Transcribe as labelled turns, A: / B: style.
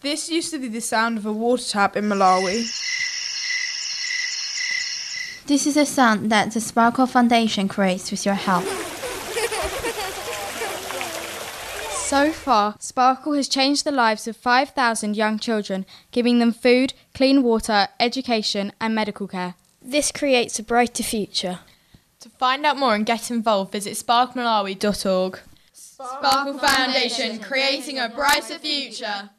A: This used to be the sound of a water tap in Malawi.
B: This is a sound that the Sparkle Foundation creates with your help.
C: So far, Sparkle has changed the lives of 5,000 young children, giving them food, clean water, education, and medical care.
D: This creates a brighter future.
E: To find out more and get involved, visit sparkmalawi.org.
F: Sparkle Foundation, creating a brighter future.